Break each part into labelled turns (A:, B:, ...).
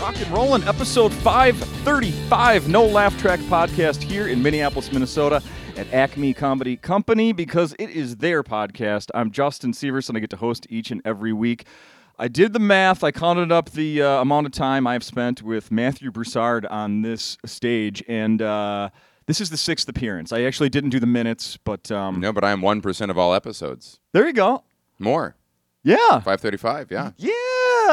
A: Rockin' Rollin', episode 535, No Laugh Track podcast here in Minneapolis, Minnesota at Acme Comedy Company because it is their podcast. I'm Justin Severson. I get to host each and every week. I did the math. I counted up the uh, amount of time I've spent with Matthew Broussard on this stage, and uh, this is the sixth appearance. I actually didn't do the minutes, but um,
B: No, but I'm one percent of all episodes.
A: there you go.
B: More.
A: Yeah.
B: Five thirty five, yeah.
A: Yeah.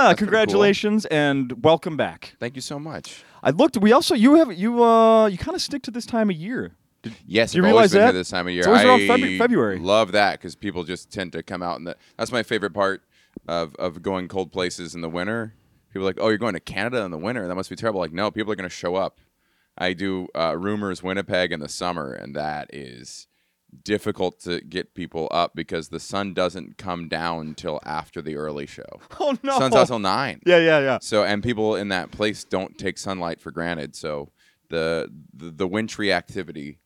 B: cool.
A: Congratulations and welcome back.
B: Thank you so much.
A: I looked. We also you have you uh you kind of stick to this time of year. Did,
B: Yes,
A: Do you
B: I've
A: realize
B: always been
A: that?
B: here this time of year.
A: It's always around Febru-
B: I
A: February.
B: Love that because people just tend to come out and that's my favorite part of, of going cold places in the winter. People are like, oh, you're going to Canada in the winter? That must be terrible. Like, no, people are going to show up. I do uh, rumors Winnipeg in the summer, and that is difficult to get people up because the sun doesn't come down till after the early show.
A: oh no.
B: Sun's out till nine.
A: yeah, yeah, yeah.
B: So and people in that place don't take sunlight for granted. So the the, the wintry activity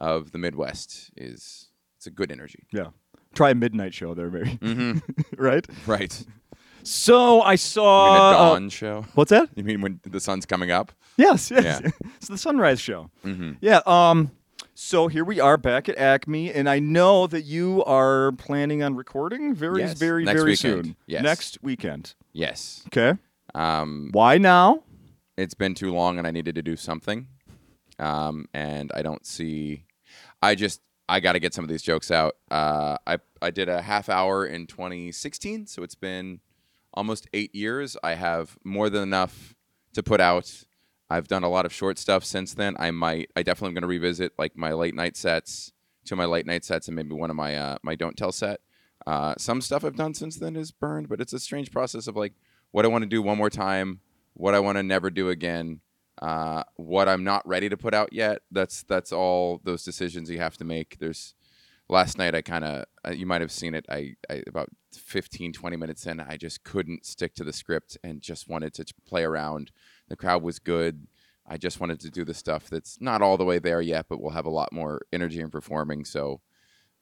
B: of the Midwest is it's a good energy. Mm-hmm.
A: Yeah. Try a midnight show there, maybe.
B: Mm.
A: right?
B: Right.
A: So I
B: In a
A: saw. uh,
B: dawn show.
A: what's that?
B: You mean when the sun's coming up? Mm-hmm.
A: Yes, yes.
B: Yeah.
A: it's the sunrise show. Yeah. Um. So here we are back at Acme, and I know that you are planning on recording very,
B: Yes.
A: very,
B: Next
A: very
B: weekend.
A: soon.
B: Yes.
A: Next weekend.
B: Yes.
A: Okay.
B: Um,
A: Why now?
B: it's been too long, and I needed to do something. Um, and I don't see. I just I got to get some of these jokes out. Uh, I I did a half hour in 2016, so it's been almost eight years. I have more than enough to put out. I've done a lot of short stuff since then. I might, I definitely am going to revisit like my late night sets, two of my late night sets, and maybe one of my uh, my don't tell set. Uh, some stuff I've done since then is burned, but it's a strange process of like what I want to do one more time, what I want to never do again, uh, what I'm not ready to put out yet. That's that's all those decisions you have to make. There's last night i kind of uh, you might have seen it I, I about 15 20 minutes in i just couldn't stick to the script and just wanted to t- play around the crowd was good i just wanted to do the stuff that's not all the way there yet but we'll have a lot more energy in performing so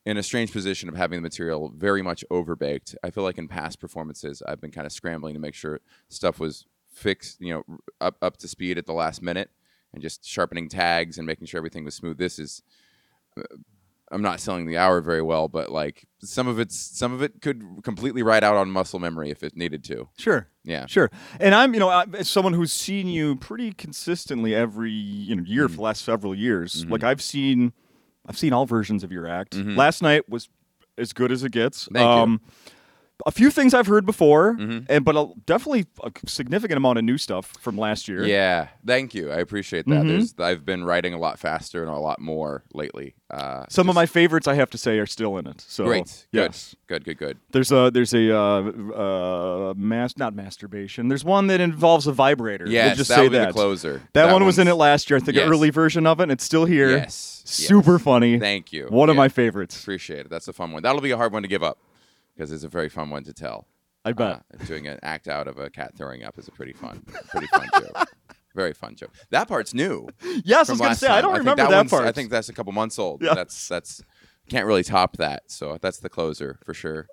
B: in a strange position of having the material very much overbaked i feel like in past performances i've been kind of scrambling to make sure stuff was fixed you know r- up up to speed at the last minute and just sharpening tags and making sure everything was smooth this is uh, I'm not selling the hour very well, but like some of it's some of it could completely ride out on muscle memory if it needed to.
A: Sure.
B: Yeah.
A: Sure. And I'm, you know, I- as someone who's seen you pretty consistently every you know
B: Mm.
A: year for the last several years.
B: Mm-hmm.
A: Like I've seen, I've seen all versions of your act. Last night was as good as it gets. Um,
B: Thank you. Mm-hmm.
A: A few things I've heard before, and but a, definitely a significant amount of new stuff from last year.
B: Yeah. Thank you. I appreciate that. There's
A: Mm-hmm.
B: I've been writing a lot faster and a lot more lately. Uh,
A: Some of my favorites, I have to say, are still in it. So
B: great.
A: Yes.
B: Good. Good. Good. Good.
A: There's a there's a uh, uh, mas- not masturbation. There's one that involves a vibrator. We'll
B: Yes.
A: just
B: that
A: say
B: would be
A: that.
B: the closer.
A: That, one was in it
B: one's-
A: last year. I think an
B: Yes.
A: early version of it, and it's still here.
B: Yes. yes.
A: Super funny.
B: Thank you.
A: One of
B: Yeah,
A: my favorites.
B: Appreciate it. That's a fun one. That'll be a hard one to give up because it's a very fun one to tell.
A: I bet.
B: Uh, doing an act out of a cat throwing up is a pretty fun, pretty fun joke. Very fun joke. That part's new.
A: yes, I
B: from
A: was gonna
B: last
A: say I
B: time.
A: don't
B: think
A: remember
B: that,
A: that,
B: one's-
A: part.
B: I think that's a couple months old.
A: Yeah.
B: That's that's can't really top that. So that's the closer for sure.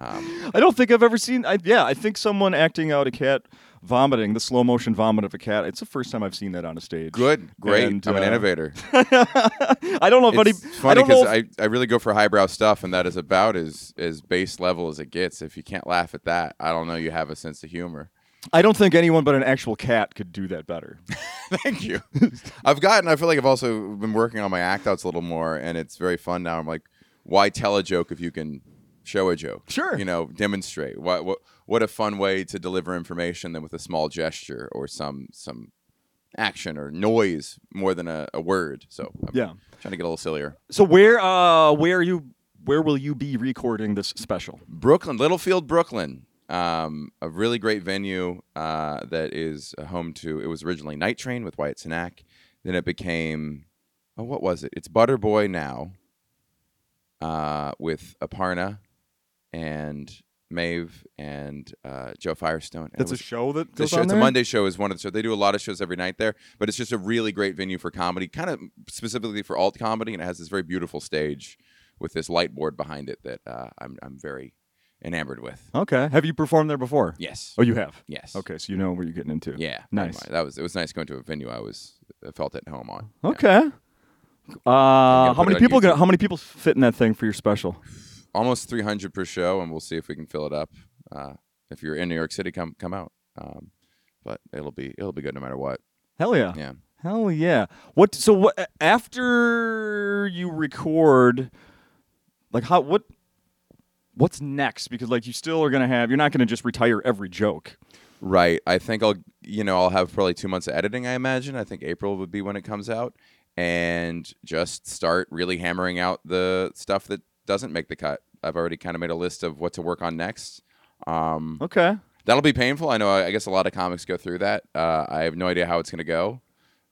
B: Um,
A: I don't think I've ever seen. I, yeah, I think someone acting out a cat vomiting, the slow motion vomit of a cat. It's the first time I've seen that on a stage.
B: good, great.
A: And,
B: I'm an
A: uh,
B: innovator.
A: I don't know if any.
B: it's
A: I
B: funny
A: don't know.
B: because
A: if-
B: I, I really go for highbrow stuff, and that is about as as base level as it gets. If you can't laugh at that, I don't know. You have a sense of humor.
A: I don't think anyone but an actual cat could do that better.
B: Thank you. I've gotten. I feel like I've also been working on my act outs a little more, and it's very fun now. I'm like, why tell a joke if you can show a joke?
A: Sure.
B: You know, demonstrate. What what what a fun way to deliver information than with a small gesture or some some action or noise more than a, a word. So I'm
A: Yeah.
B: trying to get a little sillier.
A: So where uh where are you where will you be recording this special?
B: Brooklyn, Littlefield, Brooklyn. Um, a really great venue uh, that is a home to. It was originally Night Train with Wyatt Cenac. Then it became, oh, what was it? It's Butter Boy now, uh, with Aparna and Maeve and uh, Joe Firestone. And it
A: That's a
B: was-
A: show that
B: the
A: goes
B: show,
A: on
B: it's a
A: there?
B: Monday show is one of the shows. They do a lot of shows every night there, but it's just a really great venue for comedy, kind of specifically for alt comedy, and it has this very beautiful stage with this light board behind it that uh, I'm I'm very enamored with.
A: Okay. Have you performed there before?
B: Yes.
A: Oh, you have.
B: Yes.
A: Okay, so you know what you're getting into.
B: Yeah.
A: Nice.
B: Anyway, that was it was nice going to a venue I was I felt at home on. Yeah.
A: Okay. Uh, how
B: put it
A: many
B: on
A: people? Gonna,
B: YouTube.
A: how many people fit in that thing for your special?
B: Almost 300 per show, and we'll see if we can fill it up. Uh, if you're in New York City, come come out. Um, but it'll be it'll be good no matter what.
A: Hell yeah.
B: Yeah.
A: Hell yeah. What? So what? After you record, like how? What? What's next? Because like you still are gonna have. You're not gonna just retire every joke.
B: Right. I think I'll you know I'll have probably two months of editing. I imagine. I think April would be when it comes out, and just start really hammering out the stuff that doesn't make the cut. I've already kind of made a list of what to work on next. Um,
A: Okay.
B: that'll be painful. I know. I I guess a lot of comics go through that. Uh, I have no idea how it's going to go.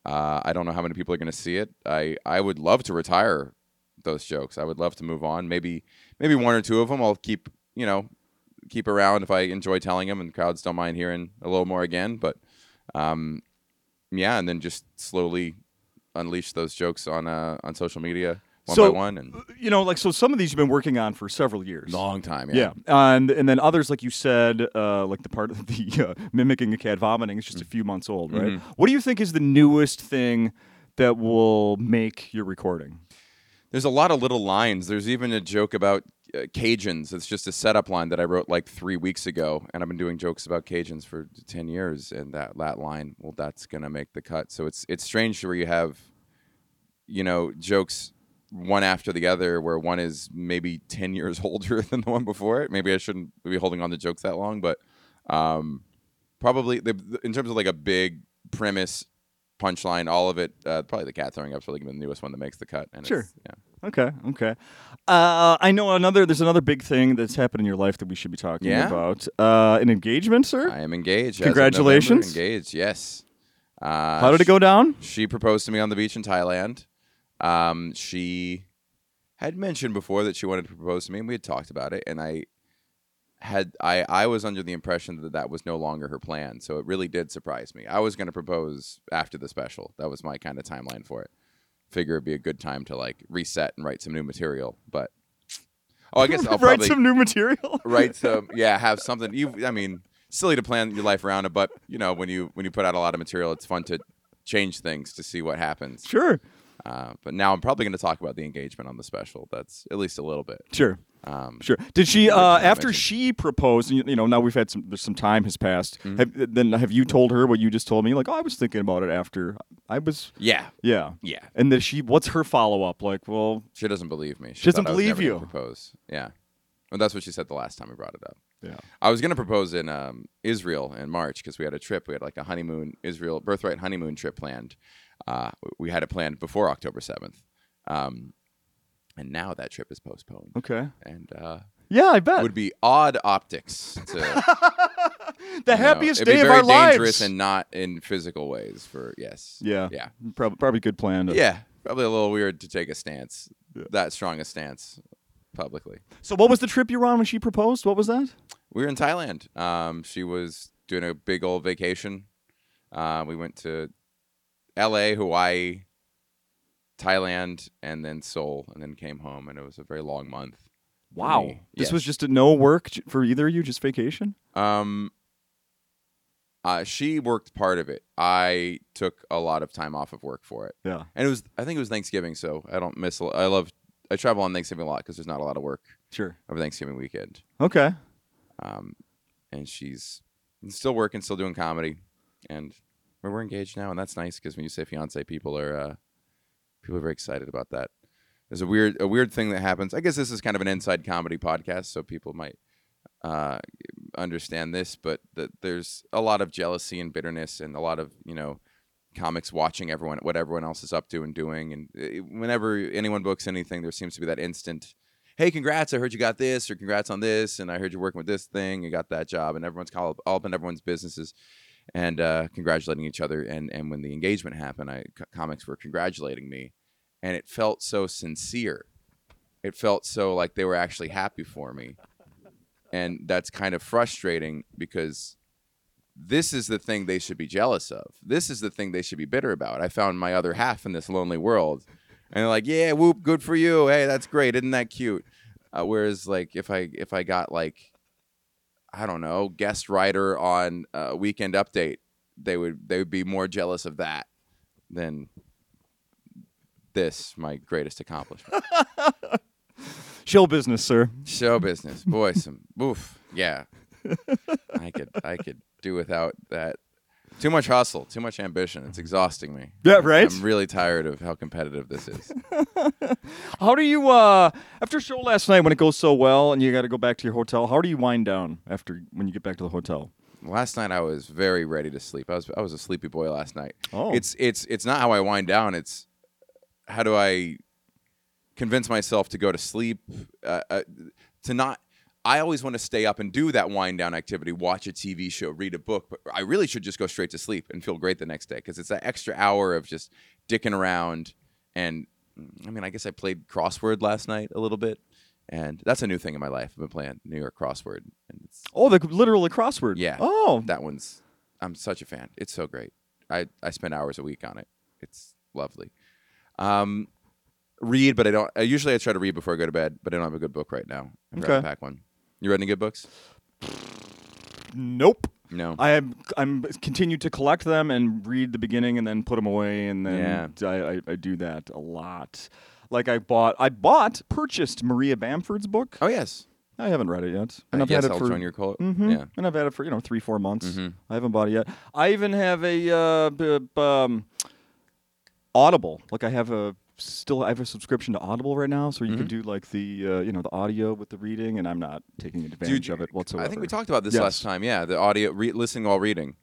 B: Uh, I don't know how many people are going to see it. I I would love to retire those jokes. I would love to move on. Maybe maybe one or two of them I'll keep you know keep around if I enjoy telling them and crowds don't mind hearing a little more again. But um, yeah, and then just slowly unleash those jokes on uh, on social media one
A: So- uh,
B: by one and
A: You know, like so. Some of these you've been working on for several years.
B: long time.
A: Yeah. and and then others, like you said, uh, like the part of the uh, mimicking a cat vomiting is just a
B: Mm.
A: few months old, right?
B: Mm-hmm.
A: What do you think is the newest thing that will make your recording?
B: There's a lot of little lines. There's even a joke about uh, Cajuns. It's just a setup line that I wrote like three weeks ago, and I've been doing jokes about Cajuns for ten years. And that that line, well, that's gonna make the cut. So it's it's strange where you have, you know, jokes one after the other, where one is maybe ten years older than the one before it. Maybe I shouldn't be holding on to jokes that long, but um, probably the, the- in terms of like a big premise. Punchline, all of it. Uh, probably the cat throwing up's really the newest one that makes the cut. And
A: Sure.
B: it's, yeah.
A: Okay, okay. Uh, I know another. There's another big thing that's happened in your life that we should be talking
B: Yeah?
A: about. Uh, an engagement, sir.
B: I am engaged. as of
A: Congratulations.
B: November, engaged. Yes. Uh,
A: How did it go down?
B: She proposed to me on the beach in Thailand. Um, she had mentioned before that she wanted to propose to me, and we had talked about it. And I had I I was under the impression that that was no longer her plan. So it really did surprise me. I was going to propose after the special. That was my kind of timeline for it. Figure it'd be a good time to like reset and write some new material. But oh, I guess I'll
A: write
B: probably
A: some new material.
B: right so yeah have something you i mean silly to plan your life around it but you know when you when you put out a lot of material it's fun to change things to see what happens
A: Sure,
B: uh, but now i'm probably going to talk about the engagement on the special that's at least a little bit
A: sure,
B: um,
A: sure. Did she
B: Right,
A: uh,
B: I
A: after
B: mentioned.
A: she proposed? You, you know, now we've had some. There's some time has passed.
B: Mm-hmm.
A: Have, then have you told her what you just told me? Like, oh, I was thinking about it after I was.
B: yeah
A: Yeah.
B: yeah
A: And then she, what's her follow up like? Well,
B: she doesn't believe me she,
A: She doesn't
B: thought I was
A: believe
B: never gonna
A: you.
B: propose yeah well, that's what she said the last time we brought it up
A: yeah.
B: I was gonna propose in um, Israel in March because we had a trip. We had like a honeymoon Israel birthright honeymoon trip planned. Uh, we had it planned before October seventh, um, and now that trip is postponed.
A: Okay.
B: And uh,
A: Yeah, I bet.
B: would be odd optics. To,
A: the
B: you know,
A: happiest
B: it'd
A: day of
B: be very
A: our lives.
B: dangerous and not in physical ways. For yes,
A: yeah.
B: yeah,
A: Probably, probably good plan. to-
B: yeah. Probably a little weird to take a stance
A: Yeah.
B: that strong a stance publicly.
A: So, what was the trip you were on when she proposed? What was that?
B: We were in Thailand. Um, she was doing a big old vacation. Uh, we went to L.A., Hawaii, Thailand, and then Seoul, and then came home. And it was a very long month. for me.
A: This
B: Yes.
A: was just a no work j- for either of you, just vacation?
B: Um, uh, she worked part of it. I took a lot of time off of work for it,
A: Yeah.
B: and it was. I think it was Thanksgiving, so I don't miss. a lo- I love. I travel on Thanksgiving a lot because there's not a lot of work
A: Sure.
B: over Thanksgiving weekend.
A: Okay.
B: um, and she's still working, still doing comedy, and we're, we're engaged now, and that's nice because when you say fiance, people are uh, people are very excited about that. There's a weird a weird thing that happens. I guess this is kind of an inside comedy podcast, so people might uh, understand this, but that there's a lot of jealousy and bitterness, and a lot of you know comics watching everyone what everyone else is up to and doing and uh, whenever anyone books anything there seems to be that instant hey, congrats, I heard you got this, or congrats on this, and I heard you're working with this thing, you got that job, and everyone's called all up in everyone's businesses and uh, congratulating each other. And and when the engagement happened, I co- comics were congratulating me, and it felt so sincere. It felt so like they were actually happy for me, and that's kind of frustrating because this is the thing they should be jealous of. This is the thing they should be bitter about. I found my other half in this lonely world, and they're like, "Yeah, whoop, good for you. Hey, that's great. Isn't that cute?" Uh, whereas, like, if I if I got like I don't know, guest writer on a weekend update, they would they would be more jealous of that than this, my greatest accomplishment.
A: Show business, sir.
B: Show business. Boy, some oof. Yeah. I could I could do without that. Too much hustle, too much ambition. It's exhausting me.
A: Mm-hmm. Yeah, right?
B: I'm really tired of how competitive this is.
A: How do you uh after a show last night when it goes so well and you got to go back to your hotel? How do you wind down after when you get back to the hotel?
B: last night I was very ready to sleep. I was I was a sleepy boy last night.
A: Oh.
B: It's it's it's not how I wind down. It's how do I convince myself to go to sleep uh, uh, to not I always want to stay up and do that wind down activity, watch a TV show, read a book, but I really should just go straight to sleep and feel great the next day cuz it's that extra hour of just dicking around and I mean, I guess I played crossword last night a little bit. And that's a new thing in my life. I've been playing New York crossword, and it's
A: Oh, the literal crossword.
B: Yeah.
A: Oh,
B: that one's I'm such a fan. It's so great. I I spend hours a week on it. It's lovely. Um, read, but I don't. I usually I try to read before I go to bed, but I don't have a good book right now. I'm
A: Okay.
B: to pack one. You read any good books?
A: nope.
B: No.
A: I am I'm continued to collect them and read the beginning and then put them away and then I, I, I do that a lot. Like I bought I bought purchased Maria Bamford's book.
B: oh yes.
A: I haven't read it yet.
B: Uh,
A: And I've
B: yes,
A: had it
B: I'll
A: for
B: join your call.
A: Mhm.
B: Yeah. Mm-hmm.
A: And I've had it for, you know, three, four months. I haven't bought it yet. I even have a uh, b- b- um, Audible. Like I have a still I have a subscription to Audible right now, so you
B: Mm-hmm.
A: can do like the uh, you know the audio with the reading, and I'm not taking advantage
B: Dude,
A: of it whatsoever.
B: I think we talked about this
A: Yes.
B: last time. Yeah, the audio re- listening while reading.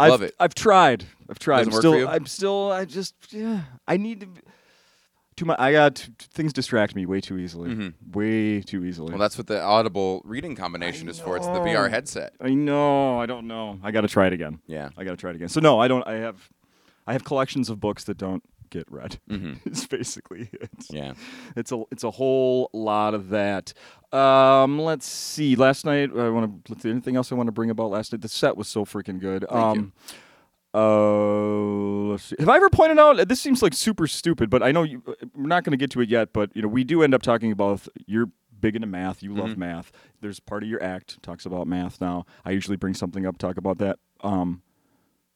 A: I've,
B: love it.
A: I've tried. I've tried. I'm
B: Doesn't work
A: still
B: for you?
A: I'm still I just yeah. I need to. be- Too much. I got things distract me way too easily. Way too easily.
B: Mm-hmm. Well, that's what the audible reading combination is for. It's the
A: know.
B: VR headset.
A: I know. I don't know. I got to try it again.
B: Yeah.
A: I got to try it again. So no, I don't. I have, I have collections of books that don't get read. it's basically it.
B: Yeah.
A: It's a it's a whole lot of that. Um, let's see. Last night, I want to. Anything else I want to bring about last night? The set was so freaking good. um, Uh, let's see. Have I ever pointed out? This seems like super stupid, but I know you, uh, we're not going to get to it yet. But you know, we do end up talking about you're big into math. You
B: Mm-hmm.
A: love math. There's part of your act talks about math. Now, I usually bring something up, talk about that. Um,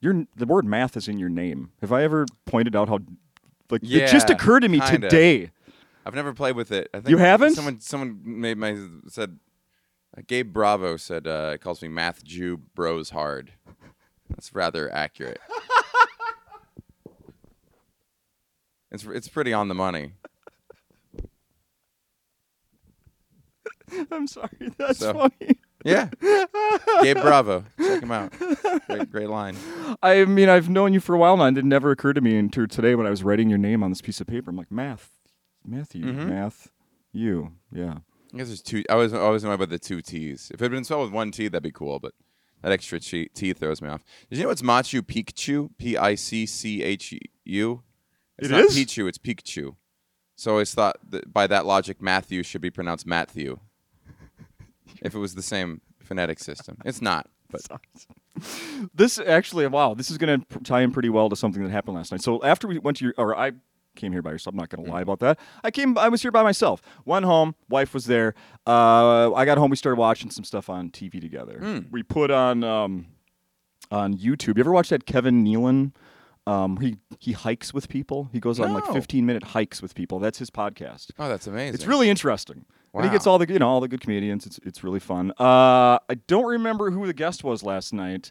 A: your the word math is in your name. Have I ever pointed out how? Like it just
B: Yeah,
A: occurred to me
B: kinda.
A: today.
B: I've never played with it. I think
A: You haven't?
B: Someone, someone made my said. Uh, Gabe Bravo said uh, calls me Math Jew Bros Hard. That's rather accurate. it's it's pretty on the money.
A: I'm sorry. That's
B: So-
A: funny.
B: Yeah, Gabe Bravo, check him out. Great, great line.
A: I mean, I've known you for a while now, and it never occurred to me until today when I was writing your name on this piece of paper. I'm like, math, Matthew, math, you, yeah.
B: I guess there's two. I was I always know about the two T's. If it had been spelled with one T, that'd be cool. But that extra T, T throws me off. Did you know it's Machu Picchu? P I C C H U. It's
A: It
B: not
A: is?
B: Pichu. It's Pikachu. So I always thought that by that logic, Matthew should be pronounced Matthew. if it was the same phonetic system, it's not. But
A: This actually, wow, this is going to tie in pretty well to something that happened last night. So after we went to your, or I came here by yourself. I'm not going to lie about that. I came, I was here by myself. Went home, wife was there. Uh, I got home, we started watching some stuff on TV together. We put on. Um, on YouTube. You ever watch that Kevin Nealon? Um, he he hikes with people. He goes on like
B: No.
A: 15 minute hikes with people. That's his podcast.
B: oh, that's amazing.
A: It's really interesting. And he
B: Wow.
A: gets all the you know all the good comedians. It's it's really fun. Uh, I don't remember who the guest was last night,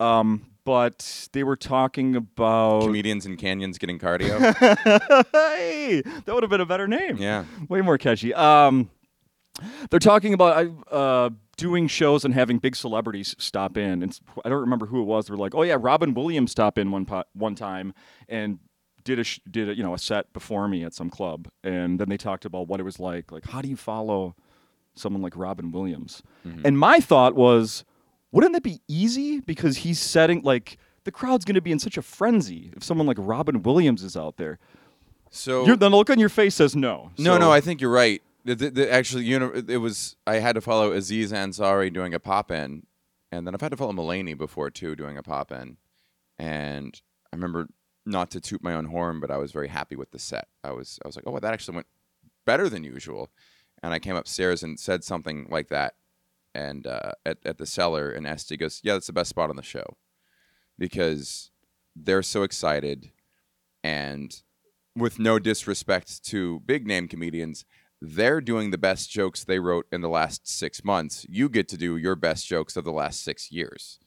A: um, but they were talking about.
B: comedians in canyons getting cardio.
A: hey, that would have been a better name
B: yeah.
A: way more catchy. Um, they're talking about uh, doing shows and having big celebrities stop in. And s- I don't remember who it was. They were like, "Oh yeah, Robin Williams stopped in one po- one time and did a sh- did a, you know a set before me at some club." And then they talked about what it was like. Like, how do you follow someone like Robin Williams?
B: Mm-hmm.
A: And my thought was, wouldn't that be easy because he's setting like. The crowd's going to be in such a frenzy if someone like Robin Williams is out there.
B: So
A: You're, the look on your face says no.
B: No,
A: So-
B: no, I think you're right. The, the, the, actually, you know, it it was I had to follow Aziz Ansari doing a pop in, and then I've had to follow Mulaney before too doing a pop in, and I remember not to toot my own horn, but I was very happy with the set. I was I was like, oh, well, that actually went better than usual, and I came upstairs and said something like that and uh, at at the cellar, and Esty goes, "Yeah, that's the best spot on the show," because they're so excited, and with no disrespect to big name comedians, they're doing the best jokes they wrote in the last six months. You get to do your best jokes of the last six years.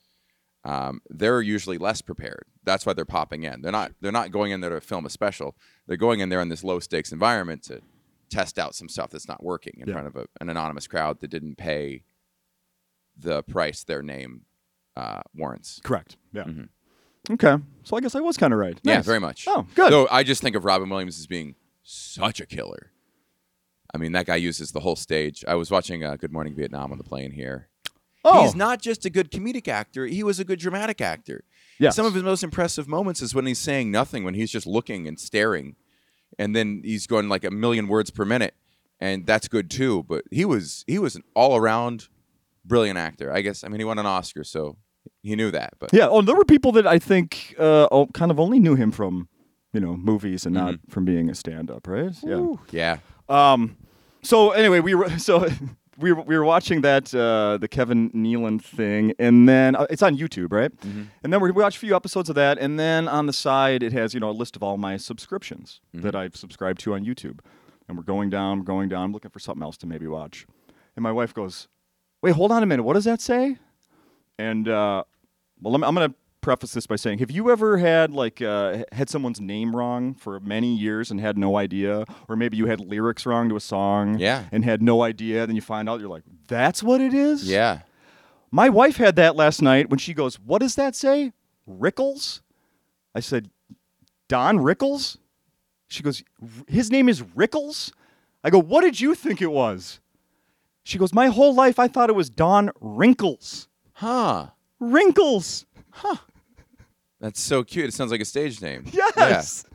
B: Um, they're usually less prepared. That's why they're popping in. They're not. They're not going in there to film a special. They're going in there in this low stakes environment to test out some stuff that's not working in
A: Yeah.
B: front of a, an anonymous crowd that didn't pay the price their name uh, warrants.
A: Correct. Yeah.
B: Mhm.
A: Okay. So I guess I was kind of right.
B: Yeah,
A: Nice.
B: very much.
A: Oh, good.
B: So I just think of Robin Williams as being such a killer. I mean, that guy uses the whole stage. I was watching uh, Good Morning Vietnam on the plane here.
A: oh,
B: He's not just a good comedic actor, he was a good dramatic actor.
A: yes.
B: Some of his most impressive moments is when he's saying nothing, when he's just looking and staring, and then he's going like a million words per minute, and that's good too. But he was he was an all around brilliant actor. I guess I mean he won an Oscar, so he knew that. But
A: Yeah. Oh, there were people that I think uh, oh, kind of only knew him from, you know, movies and not
B: Mm-hmm.
A: from being a stand-up, right?
B: yeah,
A: Yeah. Um. So anyway, we were so. We were, we were watching that uh, the Kevin Nealon thing, and then uh, it's on YouTube, right? And then we watched a few episodes of that, and then on the side it has you know a list of all my subscriptions that I've subscribed to on YouTube, and we're going down, going down, looking for something else to maybe watch, and my wife goes, "Wait, hold on a minute, what does that say?" And uh, well, let me, I'm going to preface this by saying, have you ever had like uh, had someone's name wrong for many years and had no idea, or maybe you had lyrics wrong to a song,
B: Yeah.
A: and had no idea, then you find out you're like, that's what it is.
B: yeah.
A: My wife had that last night when she goes, what does that say? Rickles. I said, Don Rickles. She goes, "R- his name is Rickles. I go, what did you think it was? She goes, my whole life I thought it was Don Wrinkles.
B: Huh.
A: Wrinkles.
B: That's so cute. It sounds like a stage name.
A: Yes.
B: Yeah.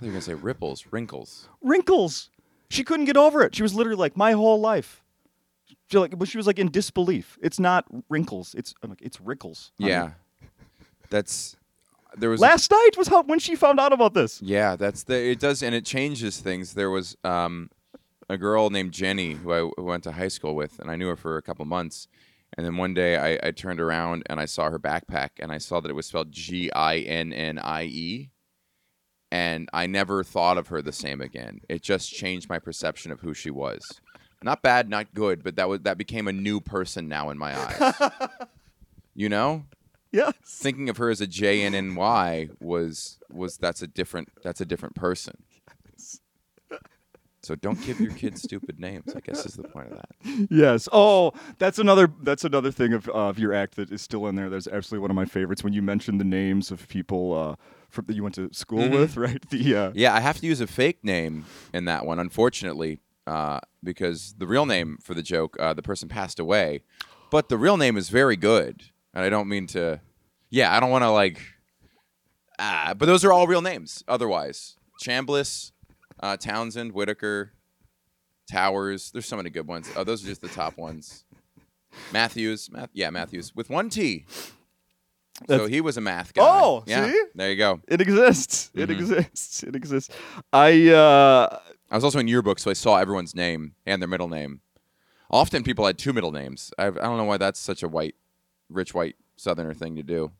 B: They're gonna say ripples, wrinkles.
A: Wrinkles. She couldn't get over it. She was literally like, my whole life. She like, but she was like in disbelief. It's not wrinkles. It's I'm like, it's wrinkles. honey.
B: Yeah. That's there was a-
A: Last night was how when she found out about this.
B: yeah, that's the it does and it changes things. There was um a girl named Jenny who I who went to high school with and I knew her for a couple months. And then one day I, I turned around and I saw her backpack and I saw that it was spelled G I N N I E. And I never thought of her the same again. It just changed my perception of who she was. Not bad, not good, but that was that became a new person now in my eyes. you know?
A: Yes.
B: thinking of her as a J N N Y was was that's a different that's a different person. So don't give your kids stupid names. I guess is the point of that.
A: Yes. Oh, that's another that's another thing of, of your act that is still in there. That's absolutely one of my favorites when you mentioned the names of people uh, from, that you went to school with, right? The uh,
B: Mm-hmm. Yeah, I have to use a fake name in that one, unfortunately, uh, because the real name for the joke, uh, the person passed away, but the real name is very good, and I don't mean to. Yeah, I don't want to like. Ah, but those are all real names. Otherwise, Chambliss, uh, Townsend, Whitaker, Towers. There's so many good ones. Oh, those are just the top ones. Matthews, Math- yeah, Matthews with one T. so
A: That's-
B: he was a math guy.
A: Oh,
B: yeah,
A: see?
B: there you go.
A: it exists. It
B: Mhm.
A: exists. It exists. I uh,
B: I was also in yearbook, so I saw everyone's name and their middle name. Often people had two middle names. I, I don't know why that's such a white, rich white Southerner thing to do.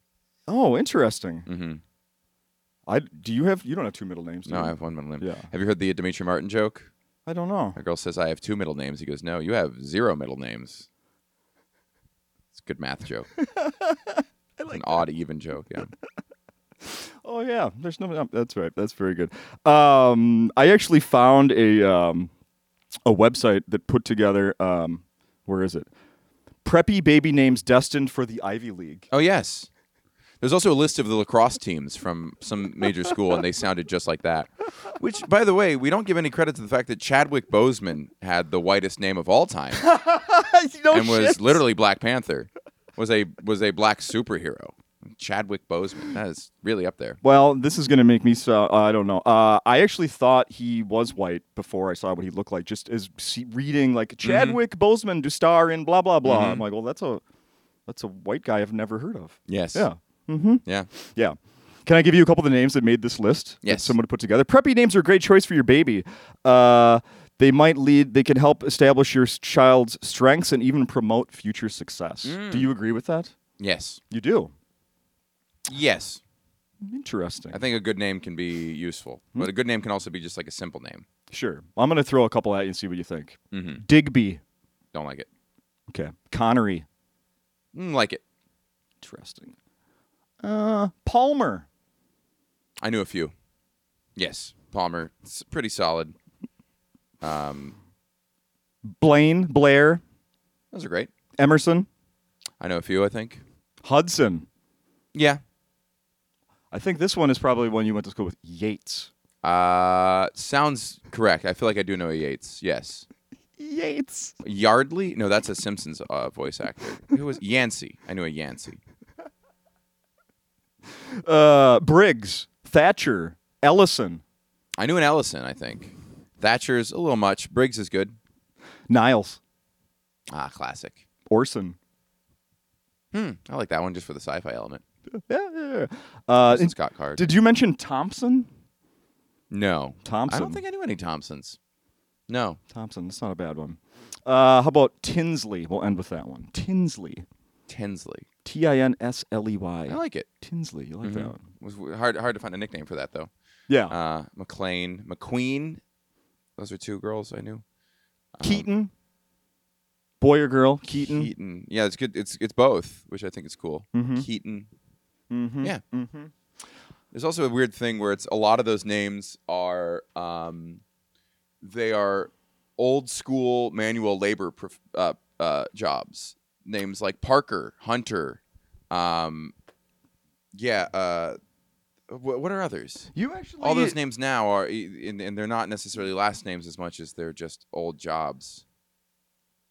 A: oh, interesting.
B: hmm
A: I do you have you don't have two middle names? Do
B: No,
A: you?
B: I have one middle name.
A: Yeah.
B: Have you heard the Dimitri Martin joke?
A: I don't know.
B: A girl says, "I have two middle names." He goes, "No, you have zero middle names." It's a good math joke. An odd even joke. Yeah.
A: Oh yeah, there's no. um, That's right. That's very good. Um, I actually found a um, a website that put together. Um, where is it? Preppy baby names destined for the Ivy League.
B: Oh yes. There's also a list of the lacrosse teams from some major school, and they sounded just like that. Which, by the way, we don't give any credit to the fact that Chadwick Boseman had the whitest name of all time
A: no
B: and was literally Black Panther. Was a was a black superhero. Chadwick Boseman. That is really up there.
A: Well, this is going to make me so. I don't know. Uh, I actually thought he was white before I saw what he looked like. Just as see, reading like Chadwick Boseman to star in blah blah blah. I'm like, well, that's a that's a white guy I've never heard of.
B: Yes.
A: Yeah. Mm-hmm.
B: Yeah.
A: Yeah. Can I give you a couple of the names that made this list?
B: Yes.
A: That someone put together. Preppy names are a great choice for your baby. Uh, They might lead. They can help establish your s- child's strengths and even promote future success.
B: Mm.
A: Do you agree with that?
B: Yes.
A: You do.
B: Yes.
A: Interesting.
B: I think a good name can be useful, but a good name can also be just like a simple name.
A: Sure. I'm going to throw a couple at you and see what you think.
B: Mm-hmm.
A: Digby.
B: Don't like it.
A: Okay. Connery.
B: Mm, like it.
A: Interesting. Uh, Palmer.
B: I knew a few. Yes, Palmer. It's pretty solid. Um,
A: Blaine. Blair.
B: those are great.
A: Emerson.
B: I know a few. I think.
A: Hudson.
B: Yeah.
A: I think this one is probably one you went to school with. Yates.
B: Uh, sounds correct. I feel like I do know a Yates. Yes.
A: Yates.
B: Yardley? No, that's a Simpsons uh, voice actor. Who was Yancey? I knew a Yancey.
A: Uh, Briggs. Thatcher. Ellison.
B: I knew an Ellison. I think. Thatcher's a little much. Briggs is good.
A: Niles.
B: Ah, classic.
A: Orson.
B: Hmm. I like that one just for the sci-fi element.
A: Yeah, yeah, yeah. Uh,
B: Just Scott Card.
A: did you mention Thompson?
B: no.
A: Thompson.
B: I don't think I knew any Thompsons. No.
A: Thompson. That's not a bad one. Uh, how about Tinsley? We'll end with that one. Tinsley.
B: Tinsley.
A: T I N S L E Y.
B: I like it.
A: Tinsley. You like
B: Mm-hmm.
A: that one?
B: was w- hard hard to find a nickname for that though.
A: Yeah.
B: Uh, McLean, McQueen. Those are two girls I knew.
A: Keaton. Boy or girl? Keaton.
B: Keaton. Yeah, it's good. It's it's both, which I think is cool.
A: Mhm.
B: Keaton.
A: Mm-hmm.
B: Yeah.
A: Mm-hmm.
B: There's also a weird thing where it's a lot of those names are um, they are old school manual labor prof- uh, uh, jobs. Names like Parker, Hunter. Um, yeah. Uh, wh- what are others?
A: You actually
B: all those names now are e, and, and they're not necessarily last names as much as they're just old jobs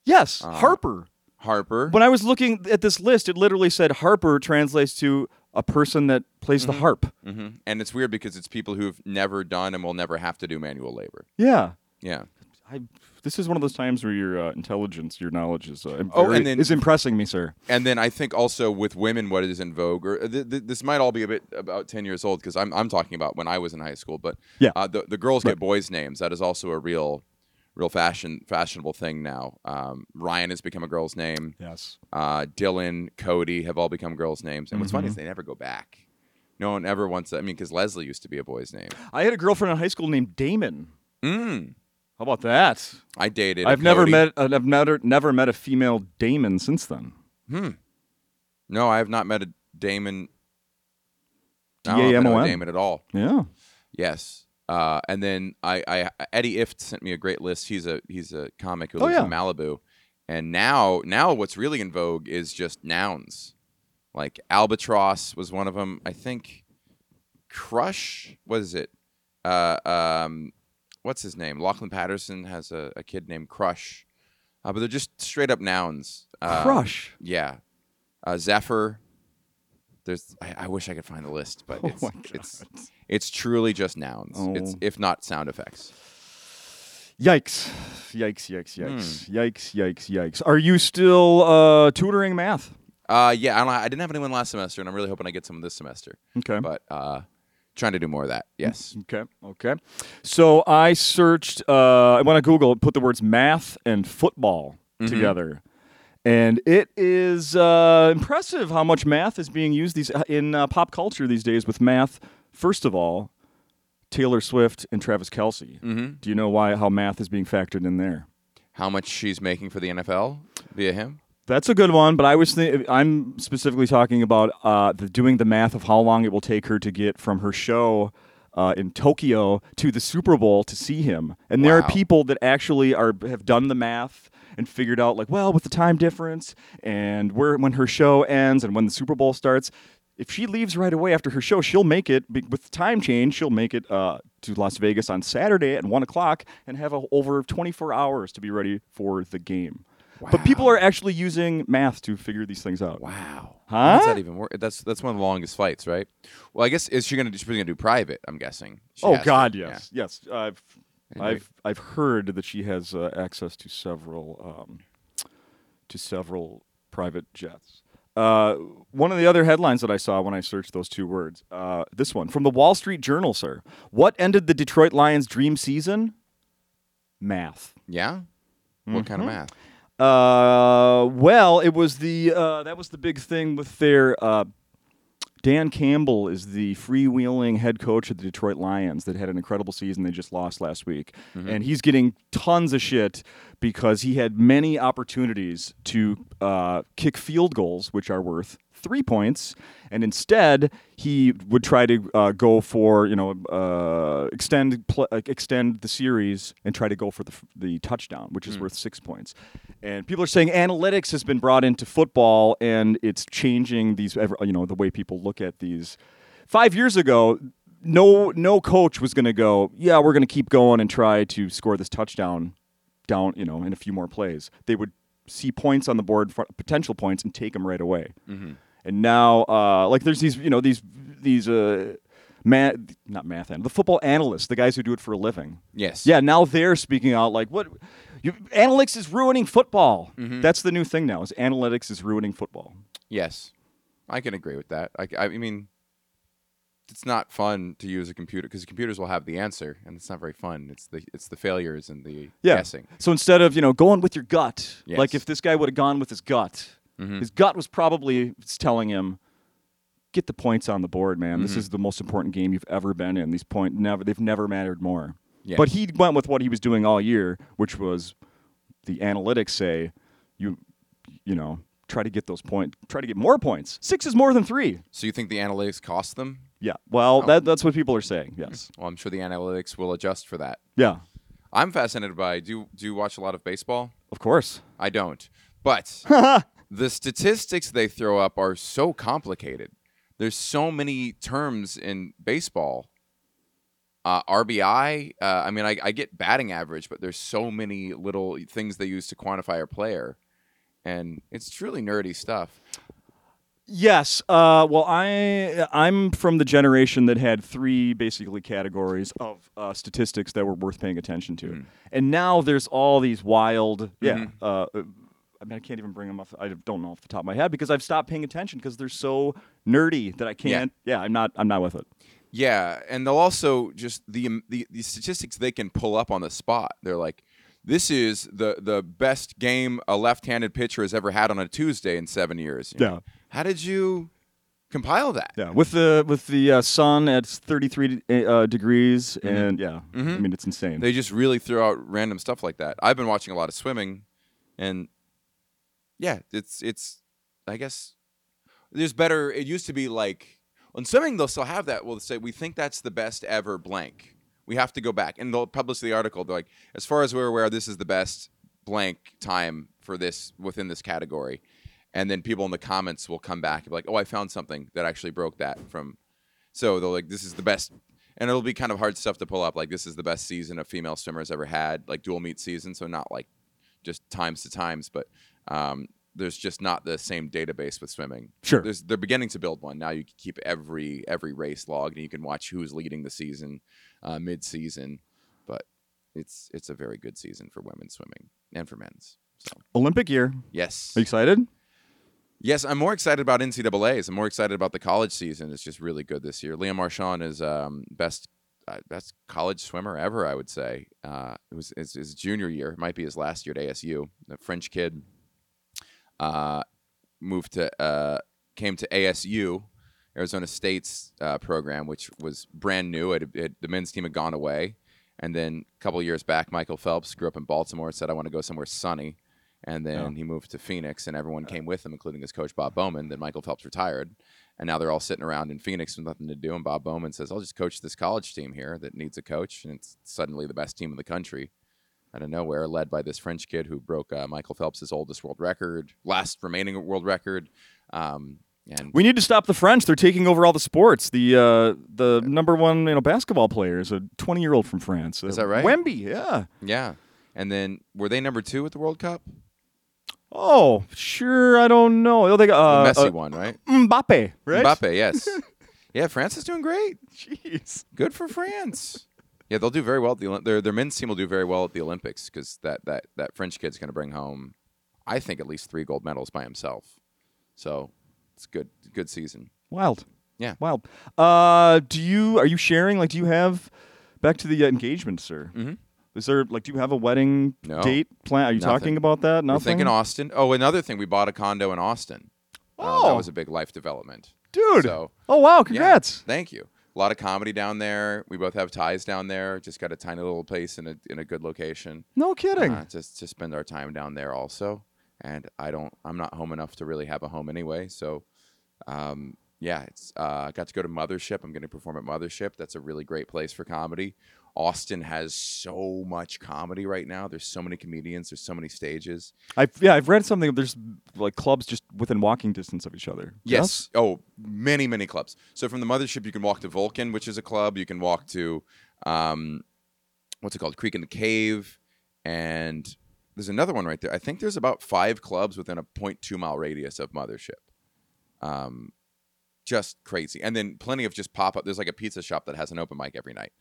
A: Yes,
B: Uh,
A: Harper.
B: harper
A: When I was looking at this list, it literally said Harper translates to a person that plays the harp.
B: hmm and it's weird because it's people who've never done and will never have to do manual labor
A: Yeah.
B: yeah
A: I, this is one of those times where your uh, intelligence, your knowledge is uh,
B: Oh,
A: very-
B: and then-
A: is impressing me, sir.
B: and then i think also with women what is in vogue or uh, th- th- this might all be a bit about 10 years old because I'm, I'm talking about when i was in high school but
A: Yeah.
B: uh, the, the girls get boys names that is also a real real fashion fashionable thing now um, ryan has become a girl's name
A: Yes.
B: uh, Dylan, Cody have all become girls' names. And what's funny
A: Mm-hmm.
B: is they never go back. No one ever wants that. I mean, because Leslie used to be a boy's name.
A: I had a girlfriend in high school named Damon.
B: Mm,
A: How about that?
B: I dated. a
A: I've never
B: Cody.
A: met uh, I've never never met a female Damon since then.
B: No, I have not met a Damon. I don't know if I know a
A: D-A-M-O-N.
B: Damon at all.
A: Yeah.
B: Yes. Uh, and then I, I Eddie Ift sent me a great list. He's a he's a comic who
A: Oh,
B: lives
A: yeah.
B: in Malibu. And now now what's really in vogue is just nouns. Like albatross was one of them. I think crush. What is it? Uh, um, what's his name? Lachlan Patterson has a, a kid named Crush. Uh, but they're just straight up nouns. Uh,
A: Crush.
B: Yeah. Uh, Zephyr. There's. I, I wish I could find the list, but
A: Oh
B: it's
A: my God.
B: it's it's truly just nouns. It's
A: Oh.
B: if not sound effects.
A: Yikes. Yikes, yikes, yikes.
B: Hmm.
A: Yikes, yikes, yikes. Are you still uh, tutoring math?
B: Uh, yeah, I don't. I didn't have anyone last semester, and I'm really hoping I get some this semester.
A: Okay.
B: But uh, trying to do more of that. Yes.
A: Okay. Okay. So I searched. Uh, I went on Google, put the words math and football together, and it is uh, impressive how much math is being used these in uh, pop culture these days. With math, first of all, Taylor Swift and Travis Kelsey.
B: Mhm.
A: Do you know why how math is being factored in there?
B: How much she's making for the NFL via him?
A: That's a good one, but I was th- I'm specifically talking about uh, the doing the math of how long it will take her to get from her show uh, in Tokyo to the Super Bowl to see him. And there
B: Wow.
A: are people that actually are have done the math and figured out like, well, with the time difference and where when her show ends and when the Super Bowl starts, if she leaves right away after her show, she'll make it be- with the time change. She'll make it uh, to Las Vegas on Saturday at one o'clock and have a, over 24 hours to be ready for the game. But people are actually using math to figure these things out.
B: Wow.
A: Huh?
B: How's that even work? That's that's one of the longest flights, right? Well, I guess is she gonna she's probably gonna do private? I'm guessing. She
A: Oh
B: has to.
A: God,
B: Yeah.
A: yes, yes. I've,
B: Anyway.
A: I've, I've heard that she has uh, access to several, um, to several private jets. Uh, one of the other headlines that I saw when I searched those two words, uh, this one from the Wall Street Journal, sir. What ended the Detroit Lions' dream season? math.
B: Yeah. What kind
A: Mm-hmm.
B: of math?
A: Uh, well, it was the uh, that was the big thing with their uh, Dan Campbell is the freewheeling head coach of the Detroit Lions that had an incredible season they just lost last week, and he's getting tons of shit because he had many opportunities to uh, kick field goals, which are worth three points, and instead he would try to uh, go for you know uh, extend pl- uh, extend the series and try to go for the, f- the touchdown, which is worth six points. And people are saying analytics has been brought into football and it's changing these ever- you know the way people look at these. Five years ago. No, no coach was going to go. Yeah, we're going to keep going and try to score this touchdown down, you know, in a few more plays. They would see points on the board, fr- potential points, and take them right away. And now, uh, like, there's these, you know, these these uh, math, not math, and the football analysts, the guys who do it for a living.
B: Yes.
A: Yeah, now they're speaking out like, what? You, analytics is ruining football. That's the new thing now. Is analytics is ruining football.
B: Yes. I can agree with that. I, I mean, it's not fun to use a computer because computers will have the answer, and it's not very fun. It's the it's the failures and the
A: Yeah.
B: guessing.
A: So instead of you know going with your gut,
B: Yes.
A: like if this guy would have gone with his gut, his gut was probably telling him, "Get the points on the board, man. This is the most important game you've ever been in. These point never they've never mattered more."
B: Yeah.
A: But he went with what he was doing all year, which was the analytics say, "You, you know." Try to get those points. Try to get more points. Six is more than three.
B: So you think the analytics cost them?
A: Yeah. Well, that, that's what people are saying. Yes.
B: Well, I'm sure the analytics will adjust for that.
A: Yeah.
B: I'm fascinated by. Do you- do you watch a lot of baseball?
A: Of course.
B: I don't. But the statistics they throw up are so complicated. There's so many terms in baseball. Uh, RBI. Uh, I mean, I, I get batting average, but there's so many little things they use to quantify a player, and it's truly nerdy stuff.
A: Yes. Uh, well, I I'm from the generation that had three basically categories of uh, statistics that were worth paying attention to, and now there's all these wild. Yeah. Uh, I mean, I can't even bring them off. I don't know off the top of my head because I've stopped paying attention because they're so nerdy that I can't. Yeah. I'm not. I'm not with it.
B: Yeah, and they'll also just the um, the, the statistics they can pull up on the spot. They're like, this is the the best game a left-handed pitcher has ever had on a Tuesday in seven years. You
A: Yeah.
B: know, How did you compile that?
A: Yeah. With the with the uh, sun at 33 de- uh, degrees and yeah, I mean it's insane.
B: They just really throw out random stuff like that. I've been watching a lot of swimming, and yeah, it's it's I guess there's better. It used to be like in swimming they'll still have that. Well, say we think that's the best ever blank. We have to go back and they'll publish the article. They're like, as far as we're aware, this is the best blank time for this within this category. And then people in the comments will come back and be like, oh, I found something that actually broke that from. So they're like, this is the best. And it'll be kind of hard stuff to pull up. Like, this is the best season a female swimmer has ever had, like dual meet season. So not like just times to times, but um, there's just not the same database with swimming.
A: Sure.
B: There's, they're beginning to build one now. You can keep every every race logged, and you can watch who's leading the season, uh, mid season. But it's it's a very good season for women's swimming and for men's. So
A: Olympic year.
B: yes,
A: Are you excited?
B: yes, I'm more excited about NCAA's. I'm more excited about the college season. It's just really good this year. Liam Marchand is um, best. Uh, best college swimmer ever, I would say. Uh, it was it's his junior year. It might be his last year at ASU. The French kid uh, moved to uh, came to ASU, Arizona State's uh, program, which was brand new. It, it, the men's team had gone away, and then a couple of years back, Michael Phelps grew up in Baltimore, said, "I want to go somewhere sunny," and then he moved to Phoenix, and everyone came with him, including his coach Bob Bowman. Then Michael Phelps retired. And now they're all sitting around in Phoenix with nothing to do. And Bob Bowman says, I'll just coach this college team here that needs a coach. And it's suddenly the best team in the country out of nowhere, led by this French kid who broke uh, Michael Phelps' oldest world record, last remaining world record. Um, and
A: We need to stop the French. They're taking over all the sports. The uh, the number one you know basketball player is a 20 year old from France. Is
B: that right?
A: Wemby, yeah.
B: yeah, and then were they number two at the World Cup?
A: Oh, sure. I don't know. Oh, they got
B: The
A: uh,
B: Messi
A: uh,
B: one, right?
A: Mbappe, right?
B: Mbappe, yes. yeah, France is doing great.
A: Jeez.
B: Good for France. Yeah, they'll do very well at the Olymp- their their men's team will do very well at the Olympics because that that that French kid's going to bring home, I think, at least three gold medals by himself. So it's good good season.
A: Wild.
B: Yeah.
A: Wild. Uh, do you are you sharing? Like, do you have back to the uh, engagement, sir? Is there like, do you have a wedding
B: Mm-hmm. No.
A: date plan? Are you
B: Nothing.
A: talking about that?
B: We're
A: Nothing.
B: thinking Austin. Oh, another thing, we bought a condo in Austin. Uh,
A: Oh.
B: that was a big life development.
A: dude.
B: So,
A: oh wow,
B: yeah,
A: congrats.
B: thank you. A lot of comedy down there. We both have ties down there. Just got a tiny little place in a in a good location.
A: No kidding.
B: Uh, just to spend our time down there also. And I don't. I'm not home enough to really have a home anyway. So, um, yeah, it's. Uh, I got to go to Mothership. I'm going to perform at Mothership. That's a really great place for comedy. Austin has so much comedy right now. There's so many comedians. There's so many stages.
A: I yeah, I've read something. There's like clubs just within walking distance of each other.
B: Yes. Oh, many, many clubs. So from the mothership, you can walk to Vulcan, which is a club. You can walk to, um, what's it called? Creek in the Cave. And there's another one right there. I think there's about five clubs within a 0.2 mile radius of mothership. Um, just crazy. And then plenty of just pop up. There's like a pizza shop that has an open mic every night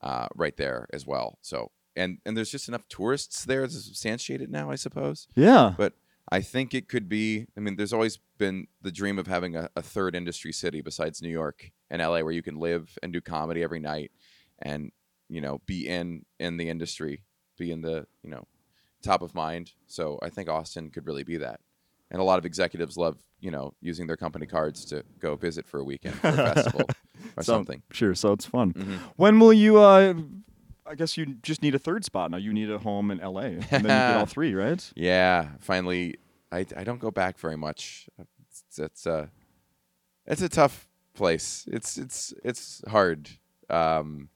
B: uh, right there as well. So, and, and there's just enough tourists there to substantiate it now, I suppose.
A: Yeah.
B: But I think it could be. I mean, there's always been the dream of having a, a third industry city besides New York and LA, where you can live and do comedy every night, and you know, be in in the industry, be in the you know, top of mind. So I think Austin could really be that. And a lot of executives love, you know, using their company cards to go visit for a weekend, for a festival, or
A: So-
B: something.
A: Sure. So it's fun.
B: Mhm.
A: When will you? uh I guess you just need a third spot now. You need a home in LA, and then you get all three, right?
B: Yeah, finally, I, I don't go back very much. It's, it's a it's a tough place. It's it's it's hard. Um,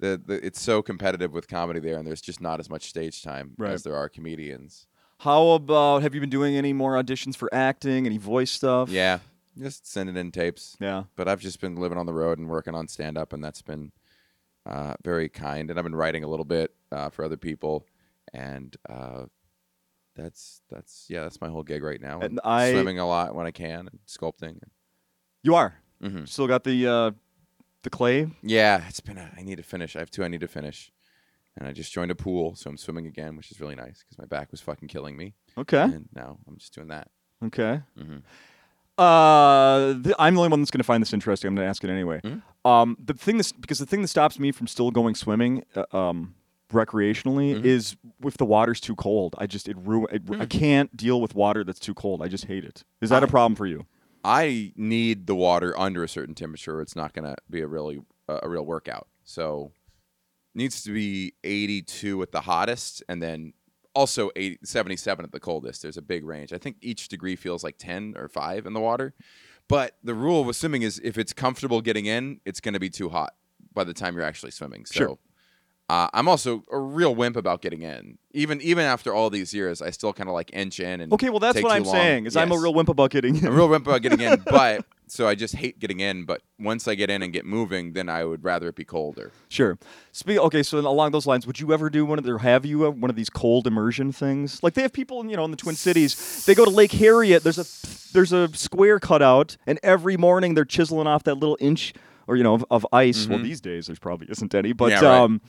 B: the, the it's so competitive with comedy there, and there's just not as much stage time
A: Right.
B: as there are comedians.
A: How about? Have you been doing any more auditions for acting? Any voice stuff?
B: Yeah, just sending in tapes.
A: Yeah.
B: But I've just been living on the road and working on stand up, and that's been uh, very kind. And I've been writing a little bit uh, for other people, and uh, that's that's yeah, that's my whole gig right now.
A: And
B: I'm
A: I-
B: swimming a lot when I can, and sculpting.
A: You are.
B: Mhm.
A: Still got the uh the clay.
B: Yeah, it's been. A, I need to finish. I have two. I need to finish, and I just joined a pool, so I'm swimming again, which is really nice because my back was fucking killing me,
A: Okay.
B: and now I'm just doing that.
A: Okay.
B: hmm
A: Uh, th- I'm the only one that's going to find this interesting. I'm going to ask it anyway.
B: Mhm.
A: Um, the thing that's because the thing that stops me from still going swimming, uh, um, recreationally
B: Mhm.
A: is if the water's too cold. I just it ruin. It, I can't deal with water that's too cold. I just hate it. Is that a
B: Hmm. I-
A: problem for you?
B: I need the water under a certain temperature. It's not going to be a really uh, a a real workout. So needs to be 82 at the hottest and then also 80, 77 at the coldest. There's a big range. I think each degree feels like 10 or 5 in the water. But the rule with swimming is if it's comfortable getting in, it's going to be too hot by the time you're actually swimming. So
A: Sure.
B: uh, I'm also a real wimp about getting in. Even even after all these years, I still kind of like inch in and
A: Okay, well that's
B: Take
A: what
B: too
A: I'm
B: long.
A: saying. Is I'm a
B: Yes.
A: real wimp about getting.
B: I'm real wimp about getting in, but so I just hate getting in. But once I get in and get moving, then I would rather it be colder.
A: Sure. Spe- okay, so then along those lines, would you ever do one of the, or have you ever, one of these cold immersion things? Like they have people, in, you know, in the Twin Cities, they go to Lake Harriet. There's a there's a square cutout, and every morning they're chiseling off that little inch, or you know, of, of ice. Well, these days there's probably isn't any, but
B: Mm-hmm. Yeah, right.
A: um,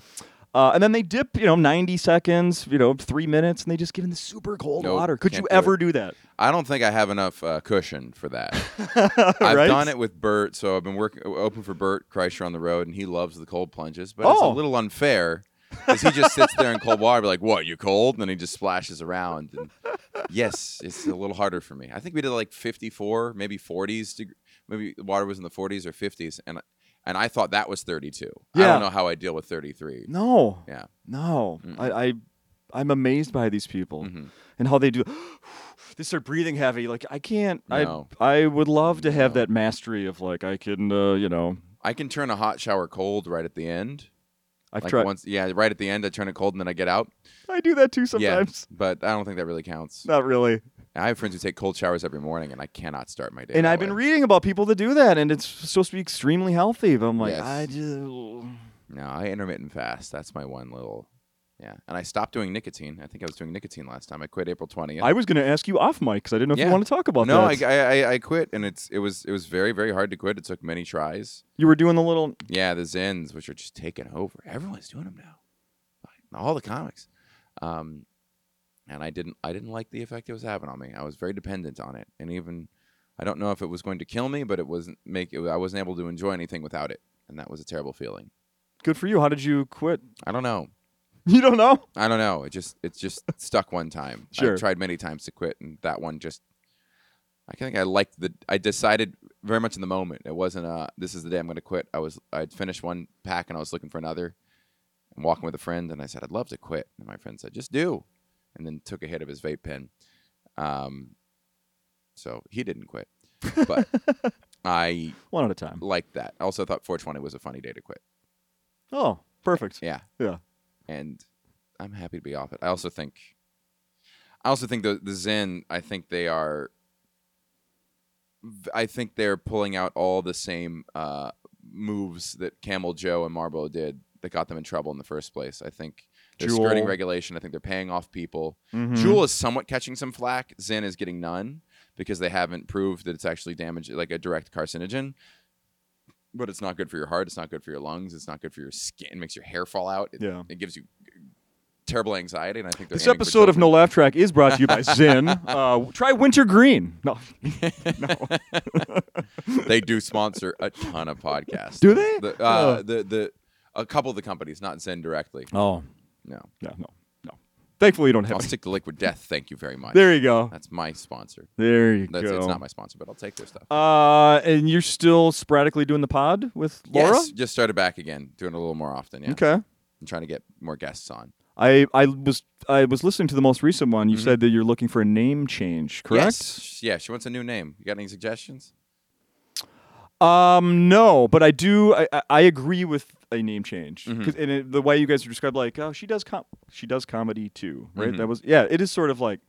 A: uh, and then they dip, you know, 90 seconds, you know, three minutes, and they just get in the super cold
B: Nope,
A: water. Could
B: can't
A: you
B: do
A: ever do that?
B: I don't think I have enough uh, cushion for that. I've
A: Right?
B: done it with Bert, so I've been working open for Bert Kreischer on the road, and he loves the cold plunges, but it's a
A: Oh.
B: little unfair because he just sits there in cold water, be like, "What? You cold?" And then he just splashes around. And yes, it's a little harder for me. I think we did like 54, maybe 40s, deg- maybe the water was in the 40s or 50s, and and I thought that was 32. I
A: Yeah.
B: don't know how I deal with 33.
A: No.
B: Yeah.
A: No.
B: Mm-mm.
A: I, I I'm amazed by these people
B: Mhm.
A: and how they do they start breathing heavy. Like I can't
B: No.
A: I I would love to have
B: No.
A: that mastery of like I can uh, you know
B: I can turn a hot shower cold right at the end.
A: I've
B: like
A: tried
B: once, yeah, right at the end, I turn it cold and then I get out.
A: I do that too
B: Yeah.
A: sometimes.
B: But I don't think that really counts.
A: Not really.
B: I have friends who take cold showers every morning, and I cannot start my day.
A: and
B: that
A: I've been
B: way.
A: reading about people that do that and it's supposed to be extremely healthy, but I'm like
B: Yes.
A: I just
B: no, I intermittent fast. That's my one little, yeah. And I stopped doing nicotine. I think I was doing nicotine last time. I quit April twentieth.
A: I was going to ask you off mic cuz I didn't know if
B: Yeah.
A: you want to talk about
B: no, I,
A: that.
B: I I- I quit, and it's it was it was very very hard to quit. It took many tries.
A: you were doing the little
B: Yeah, the Zins, which are just taking over. Everyone's doing them now. Like, All the comics, um, and I didn't I didn't like the effect it was having on me. I was very dependent on it, and even I don't know if it was going to kill me, but it wasn't make it, I wasn't able to enjoy anything without it, and that was a terrible feeling.
A: good for you. How did you quit?
B: I don't know.
A: You don't know?
B: I don't know. It just it's just stuck one time.
A: Sure.
B: I tried many times to quit, and that one just. I think I liked the. I decided very much in the moment. It wasn't a. This is the day I'm going to quit. I was. I'd finished one pack, and I was looking for another. I'm walking with a friend, and I said, "I'd love to quit," and my friend said, "Just do," and then took a hit of his vape pen. Um, so he didn't quit, but I
A: One at a time.
B: liked that. I also thought 420 was a funny day to quit.
A: Oh, perfect.
B: Yeah.
A: Yeah.
B: And I'm happy to be off it. I also think I also think the the Zen, I think they are I think they're pulling out all the same uh, moves that Camel Joe and Marlboro did that got them in trouble in the first place. I think they're skirting
A: Juul.
B: regulation. I think they're paying off people.
A: Mhm.
B: Jewel is somewhat catching some flack. Zen is getting none because they haven't proved that it's actually damaged, like a direct carcinogen. But it's not good for your heart. It's not good for your lungs. It's not good for your skin. It makes your hair fall out. It,
A: Yeah.
B: it gives you terrible anxiety. And I think they're
A: This
B: aiming for
A: episode of
B: children.
A: No Laugh Track is brought to you by Zinn. Uh, try Wintergreen. No,
B: they do sponsor a ton of podcasts.
A: Do they?
B: The, uh,
A: Uh.
B: the the a couple of the companies, not Zen directly.
A: Oh,
B: No,
A: yeah, no, no. Thankfully, you don't
B: I'll
A: have. Any.
B: stick to Liquid Death. Thank you very much.
A: There you go.
B: That's my sponsor.
A: There you
B: That's
A: go.
B: it's not my sponsor, but I'll take their stuff.
A: uh, and you're still sporadically doing the pod with Laura.
B: Yes, just started back again, doing it a little more often. Yeah.
A: Okay.
B: and trying to get more guests on.
A: I I was I was listening to the most recent one. You said that you're looking for a name change, correct?
B: Mm-hmm. Yes. Yeah, she wants a new name. You got any suggestions?
A: Um, no, but I do. I, I- I agree with a name change
B: Mm-hmm.
A: 'Cause- and it, the way you guys described, like, oh, she does com- she does comedy too, right?
B: Mm-hmm.
A: That was yeah. It is sort of like,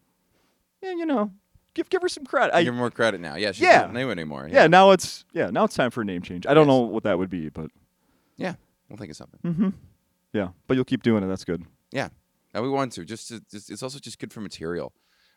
A: yeah, you know, give give her some credit. I,
B: Give her more credit now. Yeah, she's
A: Yeah.
B: not new anymore.
A: yeah,
B: Yeah.
A: now it's yeah, now it's time for a name change. I don't
B: Yes.
A: know what that would be, but
B: Yeah. We'll think of something.
A: Hmm. yeah, but you'll keep doing it. That's good.
B: Yeah. And we want to. Just, to, just it's also just good for material.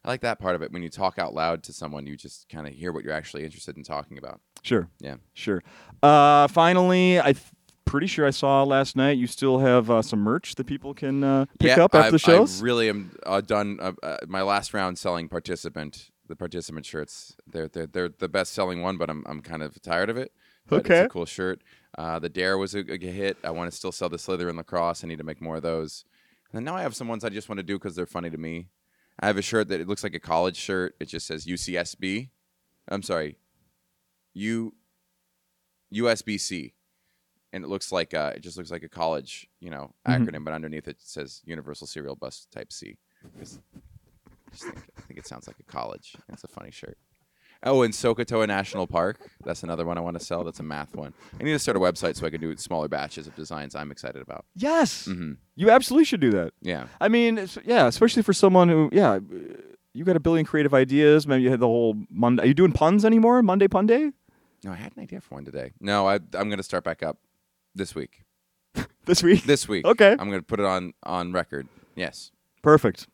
B: I like that part of it. When you talk out loud to someone, you just kind of hear what you're actually interested in talking about.
A: Sure,
B: Yeah.
A: sure. Uh, finally, I. Th- Pretty sure I saw last night. You still have uh, some merch that people can uh, pick
B: yeah,
A: up after
B: I,
A: the shows.
B: I really am uh, done. Uh, uh, my last round selling participant, the participant shirts. They're they're, they're the best selling one, but I'm, I'm kind of tired of it. But it's
A: Okay.
B: a cool shirt. Uh, the dare was a, a hit. I want to still sell the Slither and lacrosse. I need to make more of those. And now I have some ones I just want to do because they're funny to me. I have a shirt that it looks like a college shirt. It just says UCSB. I'm sorry, U USBC, and it looks like uh, it just looks like a college, you know,
A: Mhm.
B: acronym. But underneath it says Universal Serial Bus Type C. 'Cause I, just think, I think it sounds like a college. It's a funny shirt. Oh, and Sokotoa National Park. That's another one I want to sell. That's a math one. I need to start a website so I can do smaller batches of designs I'm excited about.
A: yes,
B: hmm
A: you absolutely should do that.
B: Yeah.
A: I mean, it's, yeah, especially for someone who, yeah, uh, you got a billion creative ideas. Maybe you had the whole Monday. Are you doing puns anymore? Monday pun day
B: No, I had an idea for one today. No, I, I'm going to start back up this week.
A: this week?
B: This week.
A: Okay.
B: I'm going to put it on on record. Yes.
A: Perfect.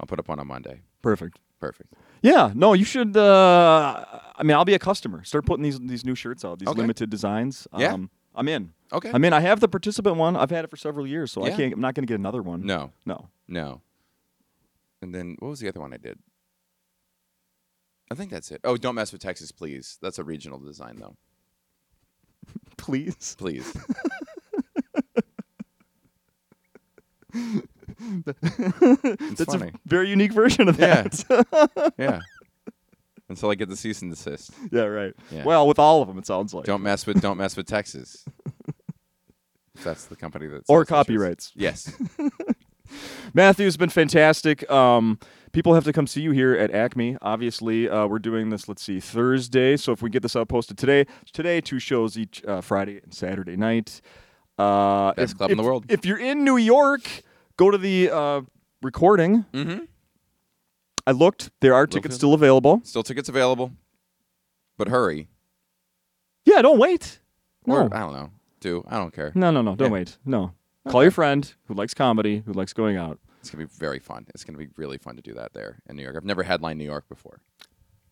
B: I'll put up one on Monday.
A: Perfect.
B: Perfect.
A: Yeah. No, you should. Uh, I mean, I'll be a customer. Start putting these these new shirts out. These
B: Okay.
A: limited designs. Um,
B: Yeah.
A: I'm in.
B: Okay.
A: I'm in. I have the participant one. I've had it for several years, so I
B: Yeah.
A: can't. I'm not going to get another one.
B: no.
A: No.
B: No. And then what was the other one I did? I think that's it. Oh, don't mess with Texas, please. That's a regional design though.
A: Please.
B: Please. it's
A: That's
B: funny.
A: a very unique version of
B: Yeah.
A: that.
B: yeah. Until I get the cease and desist.
A: yeah. Right.
B: Yeah.
A: Well, with all of them, it sounds like.
B: Don't mess with don't mess with Texas. That's the company that's
A: Or copyrights.
B: Yes.
A: Matthew's been fantastic. Um, people have to come see you here at Acme. Obviously, uh, we're doing this. Let's see, Thursday. So if we get this out posted today, today two shows each uh, Friday and Saturday night. Uh,
B: Best
A: if-
B: club in the
A: if-
B: world.
A: If you're in New York, go to the uh, recording.
B: Mm-hmm.
A: I looked. There are tickets
B: Littlefield?
A: still available.
B: Still tickets available. But hurry.
A: Yeah, don't wait. No, Mm.
B: Or I don't know. Do I don't care.
A: no, no, no. Don't
B: Yeah.
A: wait. No. Call your friend who likes comedy, who likes going out.
B: It's gonna be very fun. It's gonna be really fun to do that there in New York. I've never headlined New York before.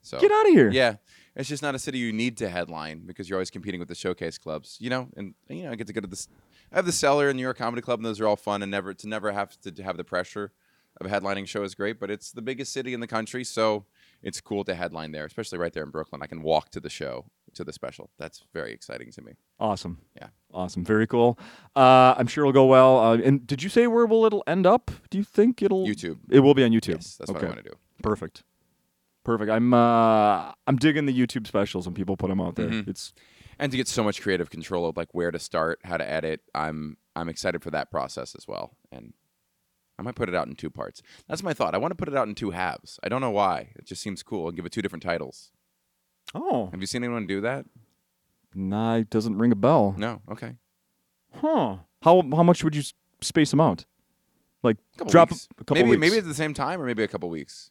B: So
A: Get out of here.
B: Yeah, it's just not a city you need to headline because you're always competing with the showcase clubs, you know. And you know, I get to go to this. I have the cellar and New York Comedy Club, and those are all fun. And never to never have to have the pressure of a headlining show is great. But it's the biggest city in the country, so it's cool to headline there, especially right there in Brooklyn. I can walk to the show to the special. That's very exciting to me.
A: Awesome.
B: Yeah.
A: Awesome. Very cool. Uh, I'm sure it'll go well. Uh, and did you say where will it'll end up? Do you think it'll
B: YouTube.
A: It will be on YouTube.
B: Yes, that's what I want to do.
A: Perfect. Perfect. I'm uh, I'm digging the YouTube specials when people put them out there.
B: Mm-hmm.
A: It's
B: And to get so much creative control of like where to start, how to edit, I'm I'm excited for that process as well. And I might put it out in two parts. That's my thought. I want to put it out in two halves. I don't know why. It just seems cool. I'll give it two different titles.
A: oh,
B: Have you seen anyone do that?
A: nah, it doesn't ring a bell.
B: No. Okay.
A: Huh? How how much would you s- space them out? Like
B: Couple
A: drop
B: weeks.
A: a couple
B: maybe
A: weeks.
B: maybe at the same time or maybe a couple weeks.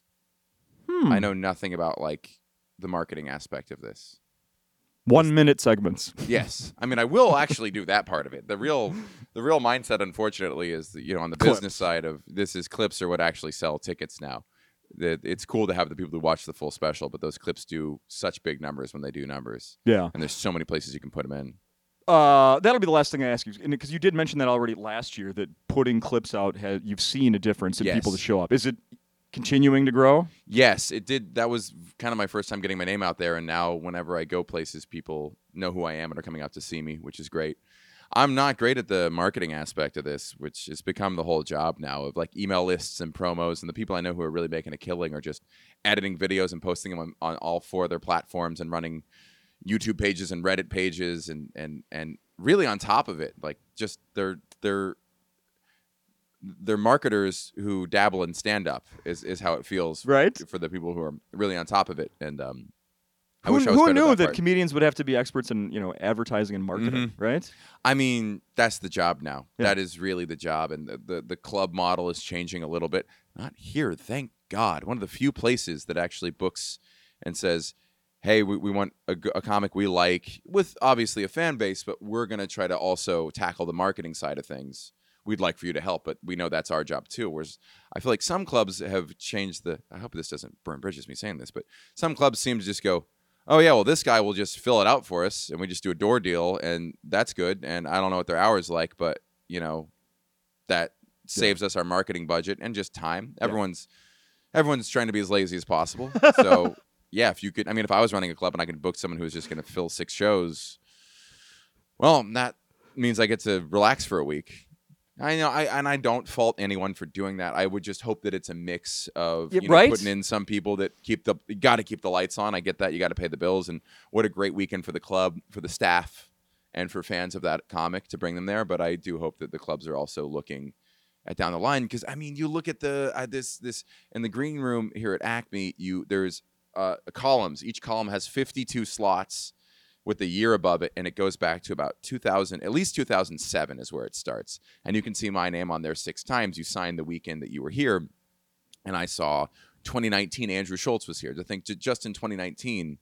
A: Hmm.
B: I know nothing about like the marketing aspect of this.
A: one minute segments.
B: Yes, I mean I will actually do that part of it. The real, the real mindset, unfortunately, is that, you know on the business
A: Clips.
B: side of this is clips are what actually sell tickets now. That it's cool to have the people who watch the full special, but those clips do such big numbers when they do numbers,
A: Yeah.
B: and there's so many places you can put them in.
A: Uh, that'll be the last thing I ask you because you did mention that already last year that putting clips out has you've seen a difference in people
B: Yes.
A: that show up. Is it continuing to grow?
B: Yes, it did. That was kind of my first time getting my name out there, and now whenever I go places, people know who I am and are coming out to see me, which is great. I'm not great at the marketing aspect of this, which has become the whole job now of like email lists and promos. And the people I know who are really making a killing are just editing videos and posting them on, on all four of their platforms and running YouTube pages and Reddit pages and and and really on top of it, like just they're they're they're marketers who dabble in stand up is is how it feels
A: Right.
B: for the people who are really on top of it. And um, I
A: who
B: wish I was
A: who
B: better at
A: knew
B: that,
A: that
B: part. Mm-hmm.
A: comedians would have to be experts in you know advertising and marketing? Right.
B: I mean, that's the job now.
A: Yeah.
B: That is really the job, and the, the the club model is changing a little bit. Not here, thank God. One of the few places that actually books and says, "Hey, we, we want a, g- a comic we like with obviously a fan base, but we're gonna try to also tackle the marketing side of things." We'd like for you to help, but we know that's our job too. Whereas I feel like some clubs have changed the. I hope this doesn't burn bridges, me saying this, but some clubs seem to just go, oh yeah, well this guy will just fill it out for us, and we just do a door deal, and that's good. And I don't know what their hours like, but you know, that saves us our marketing budget and just time. Everyone's everyone's trying to be as lazy as possible. so yeah, if you could, I mean, if I was running a club and I could book someone who's just going to fill six shows, well, that means I get to relax for a week. I know, I and I don't fault anyone for doing that. I would just hope that it's a mix of
A: Yeah,
B: you know,
A: right.
B: putting in some people that keep the got to keep the lights on. I get that you got to pay the bills, and what a great weekend for the club, for the staff, and for fans of that comic to bring them there. But I do hope that the clubs are also looking at down the line because I mean, you look at the uh, this this in the green room here at Acme. You there's uh, columns. Each column has 52 slots with a year above it, and it goes back to about 2000, at least 2007 is where it starts. And you can see my name on there six times. You signed the weekend that you were here, and I saw 2019 Andrew Schultz was here. To think ju- just in 2019,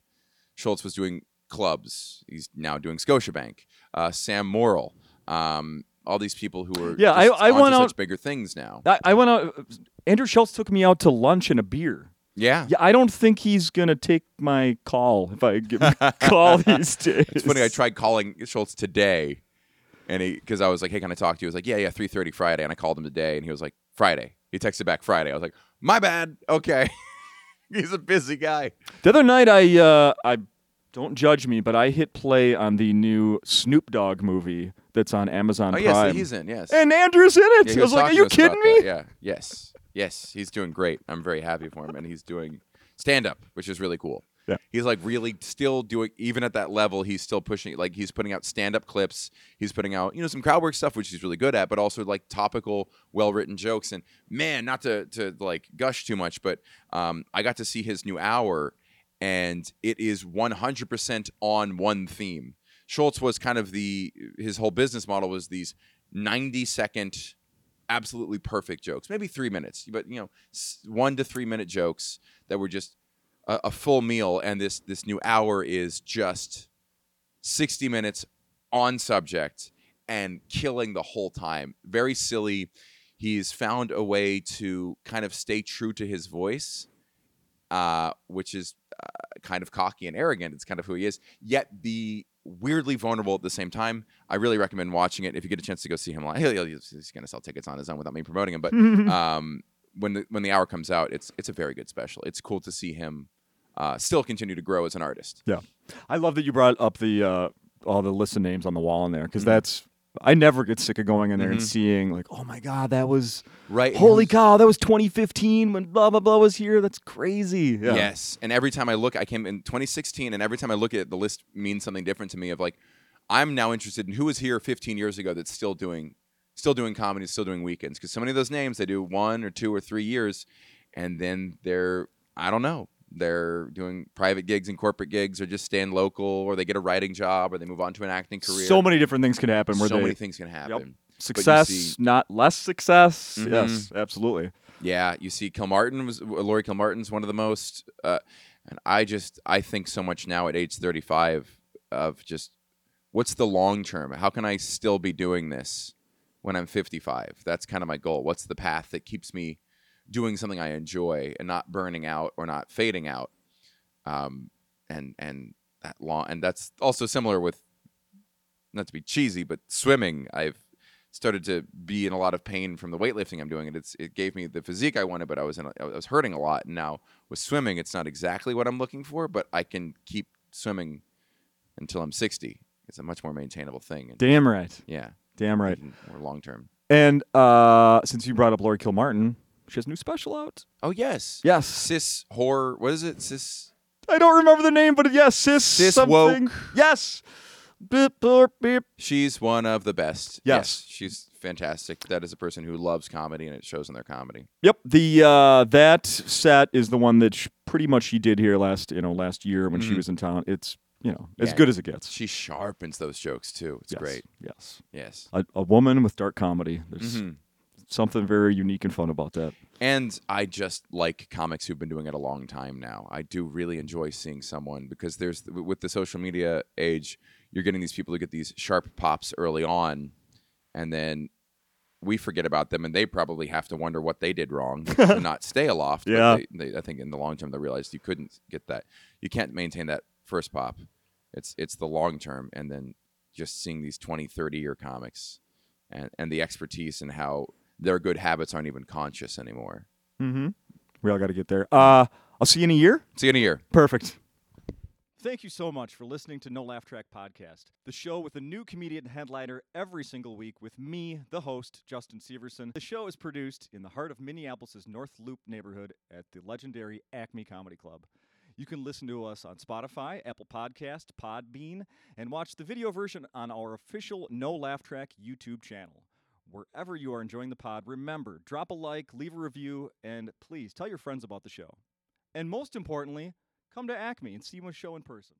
B: Schultz was doing clubs. He's now doing Scotiabank. Uh, Sam Morrill. Um, all these people who were
A: Yeah, I-
B: just
A: I
B: onto
A: went
B: such
A: out-
B: bigger things now.
A: I, I went out. Andrew Schultz took me out to lunch and a beer.
B: Yeah.
A: Yeah, I don't think he's gonna take my call if I give him a call these days.
B: It's funny. I tried calling Schultz today, and he because I was like, "Hey, can I talk to you?" He was like, "Yeah, yeah, three thirty Friday." And I called him today, and he was like, "Friday." He texted back Friday. I was like, "My bad. Okay." He's a busy guy.
A: The other night, I uh, I don't judge me, but I hit play on the new Snoop Dogg movie that's on Amazon
B: oh
A: Prime.
B: yes, he's in. Yes.
A: and Andrew's in it.
B: Yeah,
A: I was like, "Are
B: talking to
A: you
B: us about
A: kidding me?"
B: that. Yeah. Yes. Yes. He's doing great. I'm very happy for him, and he's doing stand up, which is really cool.
A: Yeah.
B: He's like really still doing even at that level. He's still pushing. Like he's putting out stand up clips. He's putting out you know some crowd work stuff, which he's really good at, but also like topical, well written jokes. And man, not to to like gush too much, but um, I got to see his new hour, and it is 100% on one theme. Schultz was kind of the his whole business model was these 90 second absolutely perfect jokes, maybe three minutes, but you know, s- one to three minute jokes that were just a, a full meal. And this this new hour is just sixty minutes on subject and killing the whole time. Very silly. He's found a way to kind of stay true to his voice, uh, which is uh, kind of cocky and arrogant. It's kind of who he is, yet be weirdly vulnerable at the same time. I really recommend watching it if you get a chance to go see him live. He'll, he'll- he's going to sell tickets on his own without me promoting him, but um, when the when the hour comes out, it's it's a very good special. It's cool to see him uh, still continue to grow as an artist.
A: Yeah, I love that you brought up the uh, all the list of names on the wall in there because
B: Mm-hmm.
A: that's I never get sick of going in there and seeing like, oh my god, that was
B: Right.
A: Holy
B: Yes.
A: cow, that was 2015 when blah blah blah was here. That's crazy. Yeah.
B: Yes. And every time I look, I came in 2016, and every time I look at it, the list means something different to me. Of like, I'm now interested in who was here 15 years ago that's still doing, still doing comedy, still doing weekends. Because so many of those names, they do one or two or three years, and then they're, I don't know, they're doing private gigs and corporate gigs, or just staying local, or they get a writing job, or they move on to an acting career.
A: So many different things can happen where
B: So
A: they
B: many things can happen.
A: success,
B: see-
A: not less success.
B: Mhm.
A: Yes, absolutely.
B: Yeah, you see, Kilmartin was uh, Lori Kilmartin's one of the most, uh, and I just I think so much now at age thirty five of just what's the long term? How can I still be doing this when I'm fifty five? That's kind of my goal. What's the path that keeps me doing something I enjoy and not burning out or not fading out? Um, and and that long and that's also similar with not to be cheesy, but swimming. I've started to be in a lot of pain from the weightlifting I'm doing, and it's it gave me the physique I wanted, but I was in a, I was hurting a lot. And now with swimming, it's not exactly what I'm looking for, but I can keep swimming until I'm 60. It's a much more maintainable thing. And
A: Damn right.
B: yeah,
A: Damn right.
B: thinking more long term.
A: And uh, since you brought up Lori Kilmartin, she has a new special out.
B: Oh yes,
A: Yes.
B: cis horror. What is it? Cis.
A: I don't remember the name, but yes, sis.
B: Sis
A: something. Yes. Beep, beep, beep.
B: She's one of the best.
A: Yes.
B: she's fantastic. That is a person who loves comedy, and it shows in their comedy.
A: Yep, the uh, that set is the one that sh- pretty much she did here last you know last year when she
B: Mhm.
A: was in town. It's you know as
B: Yeah.
A: good as it gets.
B: She sharpens those jokes too. It's
A: yes.
B: great.
A: Yes,
B: Yes.
A: a, a woman with dark comedy. There's
B: Mhm.
A: something very unique and fun about that.
B: And I just like comics who've been doing it a long time now. I do really enjoy seeing someone because there's with the social media age, you're getting these people who get these sharp pops early on, and then we forget about them, and they probably have to wonder what they did wrong to not stay aloft. But
A: Yeah.
B: they, they, I think in the long term they realized you couldn't get that, you can't maintain that first pop. It's it's the long term, and then just seeing these 20, 30 year comics, and and the expertise and how their good habits aren't even conscious anymore.
A: Mm-hmm. We all got to get there. Uh, I'll see you in a year.
B: See you in a year.
A: Perfect. Thank you so much for listening to No Laugh Track Podcast, the show with a new comedian and headliner every single week with me, the host, Justin Severson. The show is produced in the heart of Minneapolis' North Loop neighborhood at the legendary Acme Comedy Club. You can listen to us on Spotify, Apple Podcast, Podbean, and watch the video version on our official No Laugh Track YouTube channel. Wherever you are enjoying the pod, remember, drop a like, leave a review, and please tell your friends about the show. And most importantly, come to Acme and see my show in person.